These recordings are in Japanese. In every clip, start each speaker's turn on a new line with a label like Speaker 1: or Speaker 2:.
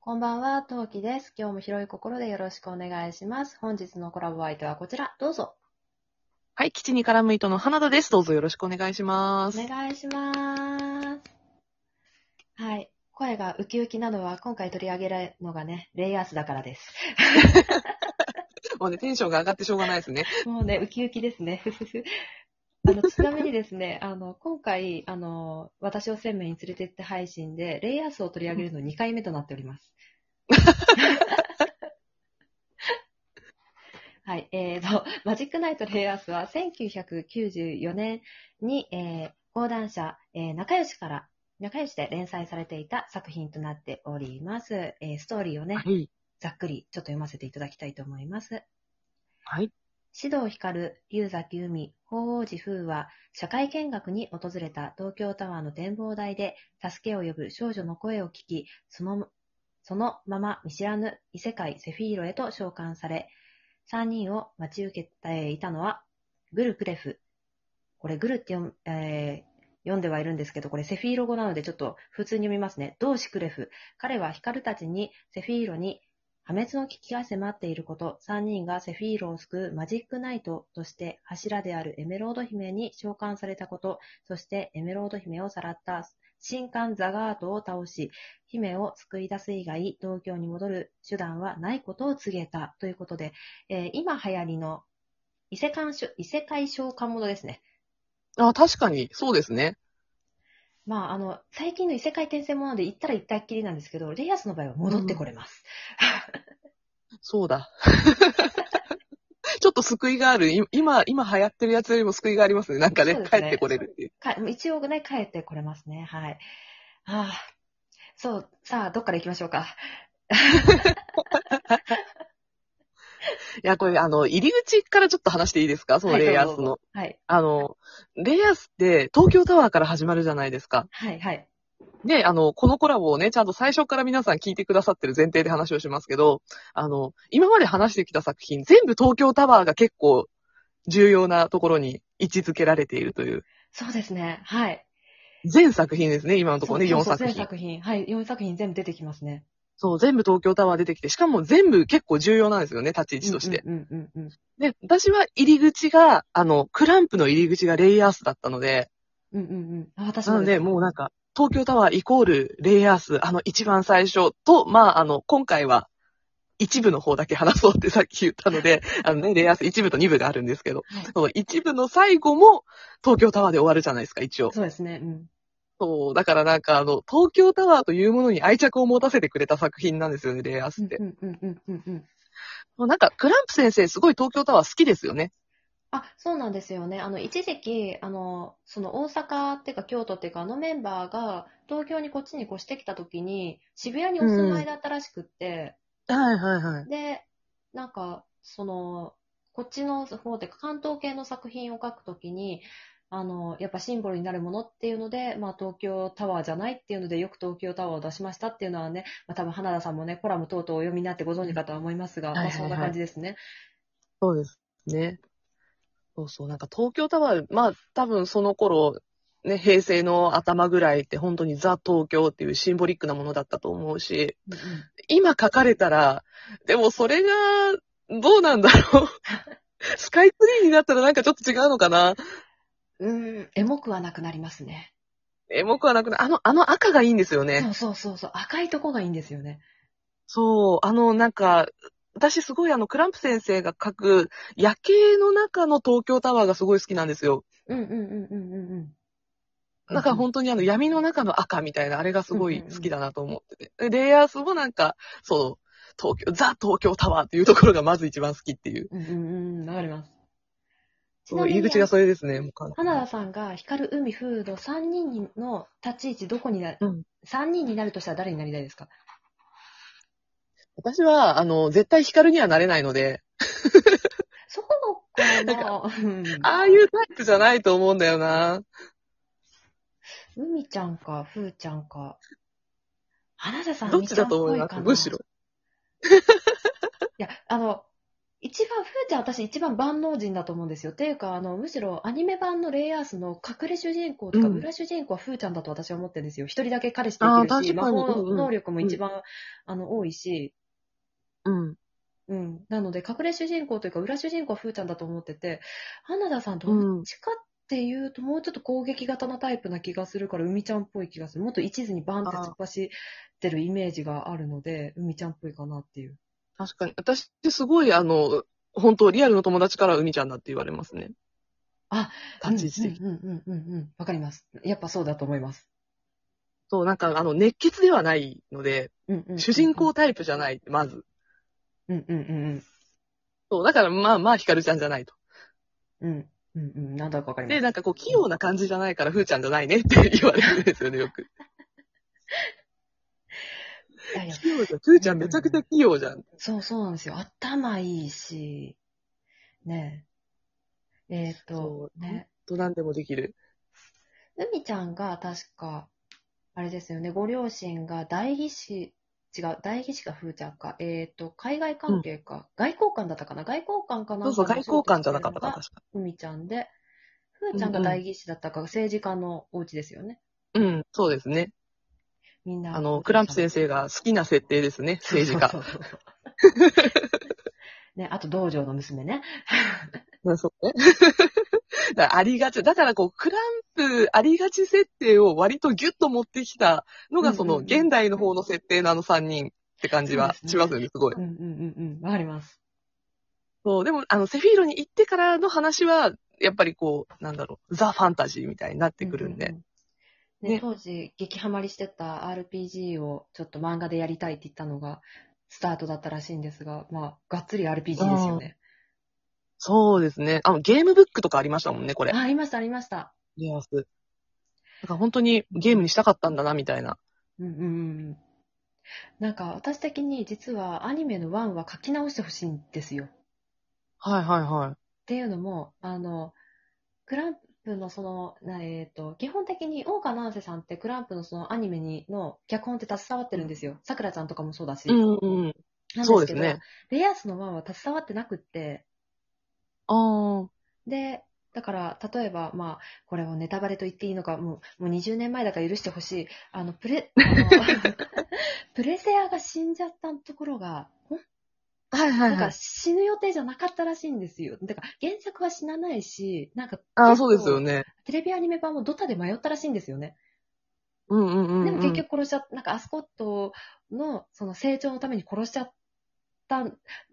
Speaker 1: こんばんは、トウキです。今日も広い心でよろしくお願いします。本日のコラボ相手はこちら、どうぞ。
Speaker 2: はい、基地に絡む糸の花田です。どうぞよろしくお願いしま
Speaker 1: お
Speaker 2: す。
Speaker 1: 願いします。はい。声がウキウキなのは、今回取り上げられるのがね、レイアースだからです。
Speaker 2: もうね、テンションが上がってしょうがないですね。
Speaker 1: もうね、ウキウキですね。 ふふふあのちなみにですね、あの今回あの、私を鮮明に連れてって配信で、レイアースを取り上げるの2回目となっております。 はい、えーと、マジックナイトレイアースは1994年に、えー講談社、えー仲良しから、仲良しで連載されていた作品となっております。えーストーリーをね、
Speaker 2: はい。
Speaker 1: ざっくりちょっと読ませていただきたいと思います。
Speaker 2: はい。
Speaker 1: 指導光る龍崎海、鳳凰寺風は、社会見学に訪れた東京タワーの展望台で、助けを呼ぶ少女の声を聞き、そのそのまま見知らぬ異世界セフィーロへと召喚され、3人を待ち受けていたのは、グルクレフ。これグルって読,、えー読んではいるんですけど、これセフィーロ語なのでちょっと普通に読みますね。同志クレフ。彼は光たちにセフィーロに破滅の危機が迫っていること、3人がセフィーロを救うマジックナイトとして柱であるエメロード姫に召喚されたこと、そしてエメロード姫をさらった神官ザガートを倒し、姫を救い出す以外、東京に戻る手段はないことを告げたということで、えー今流行りの異世界召異世界召喚ものですね。
Speaker 2: あ、確かに、そうですね。
Speaker 1: まあ、あの、最近の異世界転生もので行ったら行ったっきりなんですけど、レイアスの場合は戻ってこれます。
Speaker 2: そうだ。 ちょっと救いがある。い今、今流行ってるやつよりも救いがありますね。なんかね、
Speaker 1: そうです
Speaker 2: 帰
Speaker 1: ね
Speaker 2: ってこれるっていう。
Speaker 1: か一応ね、帰ってこれますね。はい。ああ。そう、さあ、どっから行きましょうか。
Speaker 2: いや、これ、あの、入り口からちょっと話していいですかその
Speaker 1: はい
Speaker 2: レイヤース
Speaker 1: どうぞどう
Speaker 2: の
Speaker 1: ぞ。はい。
Speaker 2: あの、レイヤースって東京タワーから始まるじゃないですか。
Speaker 1: はい、はい。
Speaker 2: で、あの、このコラボをね、ちゃんと最初から皆さん聞いてくださってる前提で話をしますけど、あの、今まで話してきた作品、全部東京タワーが結構重要なところに位置づけられているという、
Speaker 1: そうですね。はい。
Speaker 2: 全作品ですね、今のところね、
Speaker 1: そう
Speaker 2: 4
Speaker 1: そう
Speaker 2: 作
Speaker 1: 全
Speaker 2: 品。
Speaker 1: 作品。はい、4作品全部出てきますね。
Speaker 2: そう、全部東京タワー出てきて、しかも全部結構重要なんですよね、立ち位置として。
Speaker 1: うんうんうん
Speaker 2: で、私は入り口が、あの、クランプの入り口がレイアースだったので、
Speaker 1: うん。うんうんうん。あ、私
Speaker 2: な
Speaker 1: も
Speaker 2: の
Speaker 1: す
Speaker 2: で、もうなんか、東京タワーイコールレイアース、あの、一番最初と、まあ、あの、今回は、一部の方だけ話そうってさっき言ったので、あのね、レイアース一部と二部があるんですけど、
Speaker 1: はい
Speaker 2: その一部の最後も東京タワーで終わるじゃないですか、一応。
Speaker 1: そうですね。うん。
Speaker 2: そう、だからなんかあの、東京タワーというものに愛着を持たせてくれた作品なんですよね、レイアー
Speaker 1: う
Speaker 2: スっ
Speaker 1: ん
Speaker 2: て。
Speaker 1: うんうんうんうんうん。
Speaker 2: もうなんか、クランプ先生すごい東京タワー好きですよね。
Speaker 1: あ、そうなんですよね。あの、一時期、あの、その大阪っていうか京都っていうか、あのメンバーが東京にこっちに越してきた時に、渋谷にお住まいだったらしくって、
Speaker 2: はいはいはい。
Speaker 1: で、なんか、その、こっちの方で関東系の作品を書くときに、あの、やっぱシンボルになるものっていうので、まあ東京タワーじゃないっていうので、よく東京タワーを出しましたっていうのはね、まあ多分花田さんもね、コラム等々お読みになってご存知かとは思いますが、
Speaker 2: はいはい
Speaker 1: ま
Speaker 2: は
Speaker 1: あそ
Speaker 2: い
Speaker 1: んな感じですね。
Speaker 2: そうですね。そうそう。なんか東京タワー、まあ多分その頃、ね、平成の頭ぐらいって本当にザ東京っていうシンボリックなものだったと思うし、
Speaker 1: うんうん
Speaker 2: 今書かれたら、でもそれが、どうなんだろう。 スカイツリーになったらなんかちょっと違うのかな。
Speaker 1: うーん、エモくはなくなりますね。
Speaker 2: エモくはなくない。あの、あの赤がいいんですよ
Speaker 1: そ
Speaker 2: ね。
Speaker 1: うそうそうそう、赤いとこがいいんですよね。
Speaker 2: そう、あの、なんか、私すごいあの、クランプ先生が書く夜景の中の東京タワーがすごい好きなんですよ。
Speaker 1: うんうんうんうんうんうん。
Speaker 2: なんか本当にあの闇の中の赤みたいな、あれがすごい好きだなと思ってて。でレイヤースもなんか、その、東京、ザ東京タワーっていうところがまず一番好きっていう。
Speaker 1: うんうんうん、わかります。ち
Speaker 2: そ
Speaker 1: な
Speaker 2: う
Speaker 1: みに
Speaker 2: 入り口がそれですね。もう完全に
Speaker 1: 花田さんが光る海風の3人の立ち位置どこになる、
Speaker 2: うん
Speaker 1: 三人になるとしたら誰になりたいです か
Speaker 2: 私は、あの、絶対光にはなれないので、
Speaker 1: そこの子の、うん
Speaker 2: ああいうタイプじゃないと思うんだよな。
Speaker 1: 海ちゃんか、風ちゃんか。花田さん、
Speaker 2: どっちだと思い
Speaker 1: 海
Speaker 2: ま
Speaker 1: ち ゃんっ
Speaker 2: す
Speaker 1: ぽいかな
Speaker 2: むしろ。
Speaker 1: いや、あの、一番、ふーちゃん私一番万能人だと思うんですよ。っていうか、あの、むしろアニメ版のレイアースの隠れ主人公とか
Speaker 2: うん
Speaker 1: 裏主人公はふーちゃんだと私は思ってるんですよ。一人だけ彼氏といて
Speaker 2: あ
Speaker 1: る
Speaker 2: ー
Speaker 1: し、
Speaker 2: 確
Speaker 1: 魔
Speaker 2: かに
Speaker 1: 法
Speaker 2: うんうん
Speaker 1: 能力も一番、あの、多いし、
Speaker 2: うん。
Speaker 1: うん。なので、隠れ主人公というか、裏主人公はふーちゃんだと思ってて、花田さんどっちかっていうと、もうちょっと攻撃型なタイプな気がするから、海ちゃんっぽい気がする。もっと一途にバンって突っ走ってるイメージがあるので、海ちゃんっぽいかなっていう。
Speaker 2: 確かに。私ってすごい、あの、本当リアルの友達から海ちゃんだって言われますね。
Speaker 1: あ、
Speaker 2: 立ち位置的。
Speaker 1: うんうんうんうんうん。わかります。やっぱそうだと思います。
Speaker 2: そう、なんか、あの、熱血ではないので、
Speaker 1: うんうん。
Speaker 2: 主人公タイプじゃない、まず。
Speaker 1: うんうんうん
Speaker 2: そう、だから、まあまあ、ヒカルちゃんじゃないと。
Speaker 1: うん。うんうんうん。なんだかわかり
Speaker 2: で、
Speaker 1: ます。
Speaker 2: なんかこう、器用な感じじゃないから、ふーちゃんじゃないねって言われるんですよね、よく。
Speaker 1: いやいや、
Speaker 2: 器用じゃん。ふーちゃんめちゃくちゃ器用じゃん。
Speaker 1: そうそうなんですよ。頭いいし、ねえ。えっ、と
Speaker 2: そ、う
Speaker 1: ね。
Speaker 2: と、なんでもできる。
Speaker 1: 海ちゃんが確か、あれですよね、ご両親が代議士、違う、代議士か風ちゃんか、えっ、と、海外関係か、外交官だったかな外交官かな
Speaker 2: そうそう、外交官じゃなかったかな、
Speaker 1: か
Speaker 2: 確か。
Speaker 1: 海ちゃんで、風ちゃんが代議士だったか、政治家のお家ですよね。
Speaker 2: うん、そうですね。
Speaker 1: みんな。
Speaker 2: あの、クランプ先生が好きな設定ですね、政治
Speaker 1: そ
Speaker 2: 家。
Speaker 1: うそうそう そう。ね、あと道場の娘ね。
Speaker 2: うんそうね。 だからありがち。だからこう、クランプありがち設定を割とギュッと持ってきたのが、その、
Speaker 1: うんうんうん
Speaker 2: 現代の方の設定のあの3人って感じは
Speaker 1: そうです
Speaker 2: し
Speaker 1: ね
Speaker 2: ますよね、すごい
Speaker 1: うん。うんうんうん。わかります。
Speaker 2: そう、でも、あの、セフィーロに行ってからの話は、やっぱりこう、なんだろう、ザ・ファンタジーみたいになってくるん
Speaker 1: う
Speaker 2: で
Speaker 1: う。うん。ね
Speaker 2: ね
Speaker 1: 当時、激ハマりしてた RPG をちょっと漫画でやりたいって言ったのが、スタートだったらしいんですが、まあ、がっつり RPG ですよね。
Speaker 2: そうですね。あの、ゲームブックとかありましたもんね、これ。
Speaker 1: あ、ありました、ありました。
Speaker 2: リアース。だから本当にゲームにしたかったんだな、みたいな。
Speaker 1: うんうんうん。なんか、私的に実はアニメの1は書き直してほしいんですよ。
Speaker 2: はいはいはい。
Speaker 1: っていうのも、あの、クランプのその、なえっ、と、基本的に大川七瀬さんってクランプのそのアニメにの脚本って携わってるんですよ。さくらちゃんとかもそうだし。
Speaker 2: うんうん。
Speaker 1: なん
Speaker 2: そう
Speaker 1: です
Speaker 2: です
Speaker 1: けど、
Speaker 2: ね。
Speaker 1: レイアースのワンは携わってなくって、
Speaker 2: ああ。
Speaker 1: で、だから、例えば、まあ、これをネタバレと言っていいのか、もう、もう20年前だから許してほしい。あの、プレ、あ のプレセアが死んじゃったところが、本
Speaker 2: はいは
Speaker 1: な
Speaker 2: い
Speaker 1: ん
Speaker 2: は
Speaker 1: か
Speaker 2: い。
Speaker 1: 死ぬ予定じゃなかったらしいんですよ。だから原作は死なないし、なんか、
Speaker 2: ああ、そうですよね。
Speaker 1: テレビアニメ版もドタで迷ったらしいんですよね。
Speaker 2: うんうんうん、うん。
Speaker 1: でも結局殺しちゃった、なんかアスコットのその成長のために殺しちゃった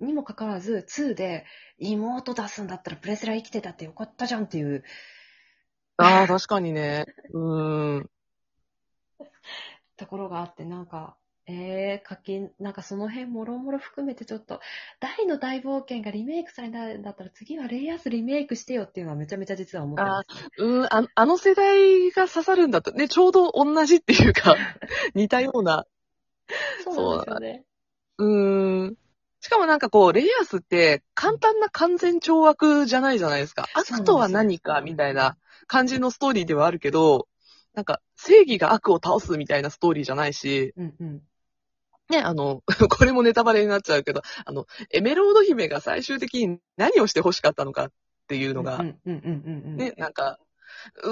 Speaker 1: にもかかわらず、2で妹出すんだったらプレスラー生きてたってよかったじゃんっていう、
Speaker 2: ああ、確かにね。うーん。
Speaker 1: ところがあって、なんか、えー、課金、なんかその辺もろもろ含めてちょっと、大の大冒険がリメイクされたんだったら次はレイアースリメイクしてよっていうのはめちゃめちゃ実は思ってます。
Speaker 2: うーん、ああの世代が刺さるんだった。ね、ちょうど同じっていうか、似たような。
Speaker 1: そうなんですよね。
Speaker 2: うーん。しかもなんかこう、レイアースって簡単な完全懲悪じゃないじゃないですか。
Speaker 1: そうなんですよ
Speaker 2: 悪とは何かみたいな感じのストーリーではあるけど、なんか正義が悪を倒すみたいなストーリーじゃないし、
Speaker 1: うんうん。
Speaker 2: ね、あの、 これもネタバレになっちゃうけど、あの、エメロード姫が最終的に何をして欲しかったのかっていうのが、
Speaker 1: うんうんうんうんうん。
Speaker 2: ね、なんか、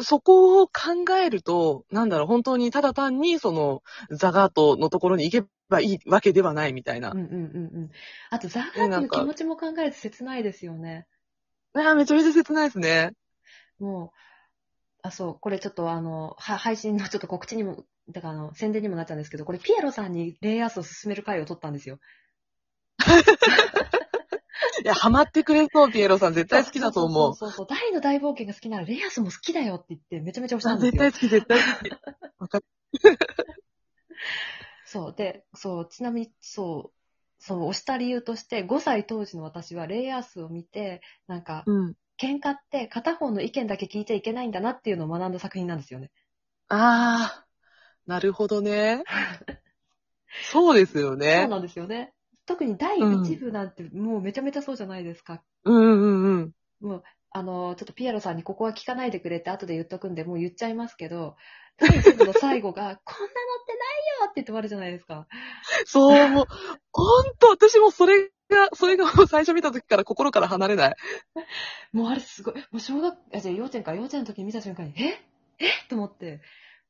Speaker 2: そこを考えると、なんだろう、本当にただ単にその、ザガートのところに行けばいいわけではないみたいな
Speaker 1: うん。うんうんうん。あと、ザー
Speaker 2: ね
Speaker 1: ガー
Speaker 2: な
Speaker 1: ト
Speaker 2: ん
Speaker 1: の
Speaker 2: か
Speaker 1: 気持ちも考えると切ないですよね。
Speaker 2: ああ、めちゃめちゃ切ないですね。
Speaker 1: もう、あ、そう、これちょっとあの、は配信のちょっと告知にも、だからあの、宣伝にもなっちゃうんですけど、これピエロさんにレイアースを進める回を取ったん ですよ。
Speaker 2: いや、ハマってくれそう、ピエロさん。絶対好きだと思う。
Speaker 1: そうそうそうそうそう、大の大冒険が好きならレイアースも好きだよって言って、めちゃめちゃ押した
Speaker 2: あ
Speaker 1: んで
Speaker 2: 絶
Speaker 1: すよ
Speaker 2: 対。好き、絶対好き。わかる。
Speaker 1: そう、で、そう、ちなみに、そう、そう、押した理由として、5歳当時の私はレイアースを見て、なんか、
Speaker 2: うん。
Speaker 1: 喧嘩って片方の意見だけ聞いちゃいけないんだなっていうのを学んだ作品なんですよね。
Speaker 2: ああ、なるほどね。そうですよ
Speaker 1: そう
Speaker 2: ね。
Speaker 1: なんですよね。特に第1部なんてもうめちゃめちゃそうじゃないですか。
Speaker 2: うんうんうんうん。
Speaker 1: もう、あの、ちょっとピエロさんにここは聞かないでくれって後で言っとくんで、もう言っちゃいますけ ど、第1部の最後が、こんなのってないよって言って終わるじゃないですか。
Speaker 2: そう、もう、ほんと、私もそれが、それがもう最初見た時から心から離れない。
Speaker 1: もうあれすごい。もう小学、あ、じゃあ幼稚園か、幼稚園の時に見た瞬間に、ええと思って、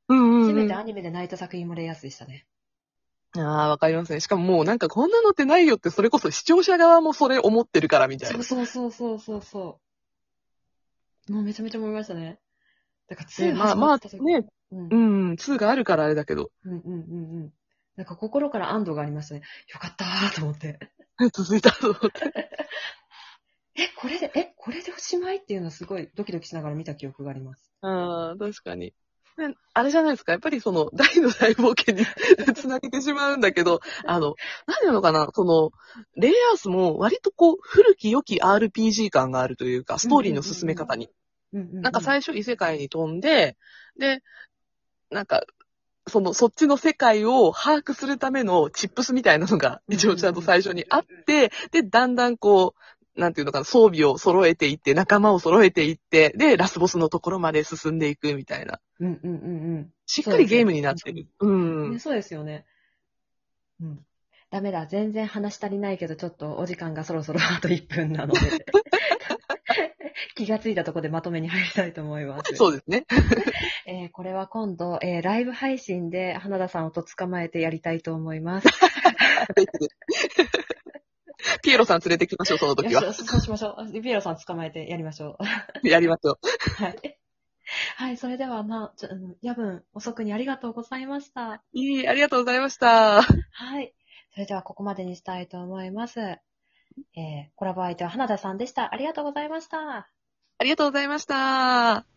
Speaker 2: うんうん、う
Speaker 1: 初
Speaker 2: ん。
Speaker 1: めてアニメで泣いた作品もレイアースでしたね。
Speaker 2: ああ、わかりますね。しかももうなんかこんなのってないよって、それこそ視聴者側もそれ思ってるからみたい
Speaker 1: そ
Speaker 2: な
Speaker 1: う。そうそうそうそうそう。もうめちゃめちゃ思いましたね。だから、つい
Speaker 2: ねまあまあ、ね、
Speaker 1: うん
Speaker 2: う、ん、2があるからあれだけど、
Speaker 1: うんうんうんうん。なんか心から安堵がありましたね。よかったーと思って。
Speaker 2: 続いたと思って。
Speaker 1: え、これで、え、これでおしまいっていうのはすごいドキドキしながら見た記憶があります。
Speaker 2: ああ、確かに。ねあれじゃないですか。やっぱりその、 大の大冒険に 繋げてしまうんだけど、あの、何なのかなその、レイアースも割とこう、古き良き RPG 感があるというか、ストーリーの進め方に。
Speaker 1: うんうん、
Speaker 2: なんか最初異世界に飛んで、で、なんか、その、そっちの世界を把握するためのチップスみたいなのが、一応ちゃんと最初にあって、で、だんだんこう、なんていうのかな、装備を揃えていって、仲間を揃えていって、で、ラスボスのところまで進んでいくみたいな。
Speaker 1: うんうんうん
Speaker 2: しっかりゲームになってる。う
Speaker 1: うん。ね
Speaker 2: ん。
Speaker 1: そうですよね。うん。ダメだ、全然話足りないけど、ちょっとお時間がそろそろあと1分 なので。気がついたところでまとめに入りたいと思います。
Speaker 2: そうですね。
Speaker 1: えーこれは今度、えーライブ配信で花田さんをと捕まえてやりたいと思います。
Speaker 2: ピエロさん連れてきましょう、その時
Speaker 1: よ
Speaker 2: は。
Speaker 1: しそうしましょう。ピエロさん捕まえてやりましょう。
Speaker 2: やりましょう。
Speaker 1: はい。 はい、それでは、まあ、ちょ、あの夜分遅くにありがとうございました。
Speaker 2: いい、ありがとうございました。
Speaker 1: はい。それでは、ここまでにしたいと思います。えーコラボ相手は花田さんでした。ありがとうございました。
Speaker 2: ありがとうございました。